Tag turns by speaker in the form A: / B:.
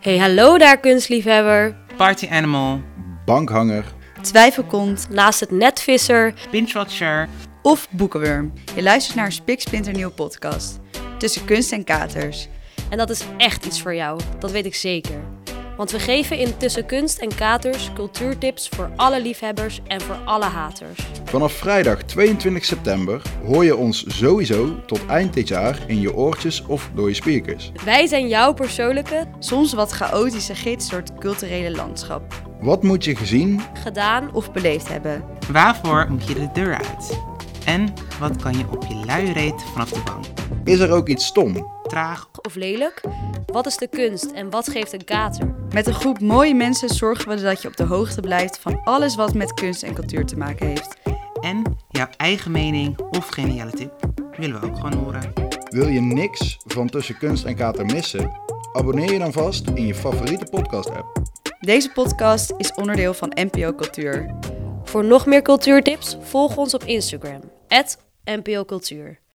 A: Hey, hallo daar kunstliefhebber.
B: Party Animal,
C: Bankhanger.
D: Twijfelkont
A: Naast het netvisser
B: Binge-watcher,
D: of boekenworm. Je luistert naar een spiksplinternieuwe podcast. Tussen kunst en katers.
A: en dat is echt iets voor jou, dat weet ik zeker. Want we geven in Tussen Kunst en Katers cultuurtips voor alle liefhebbers en voor alle haters.
C: Vanaf vrijdag 22 september hoor je ons sowieso tot eind dit jaar in je oortjes of door je speakers.
A: Wij zijn jouw persoonlijke,
D: Soms wat chaotische gids door het culturele landschap.
C: Wat moet je gezien?
A: gedaan
D: Of beleefd hebben.
B: waarvoor moet je de deur uit? En wat kan je op je lui reet vanaf de bank?
C: Is er ook iets stom?
B: Traag,
A: of lelijk? Wat is de kunst en wat geeft een kater?
D: Met een groep mooie mensen zorgen we dat je op de hoogte blijft van alles wat met kunst en cultuur te maken heeft.
B: en jouw eigen mening of geniale tip willen we ook gewoon horen.
C: Wil je niks van Tussen Kunst en Kater missen? Abonneer je dan vast in je favoriete podcast-app.
D: Deze podcast is onderdeel van NPO Cultuur.
A: Voor nog meer cultuurtips, volg ons op Instagram, @npoccultuur.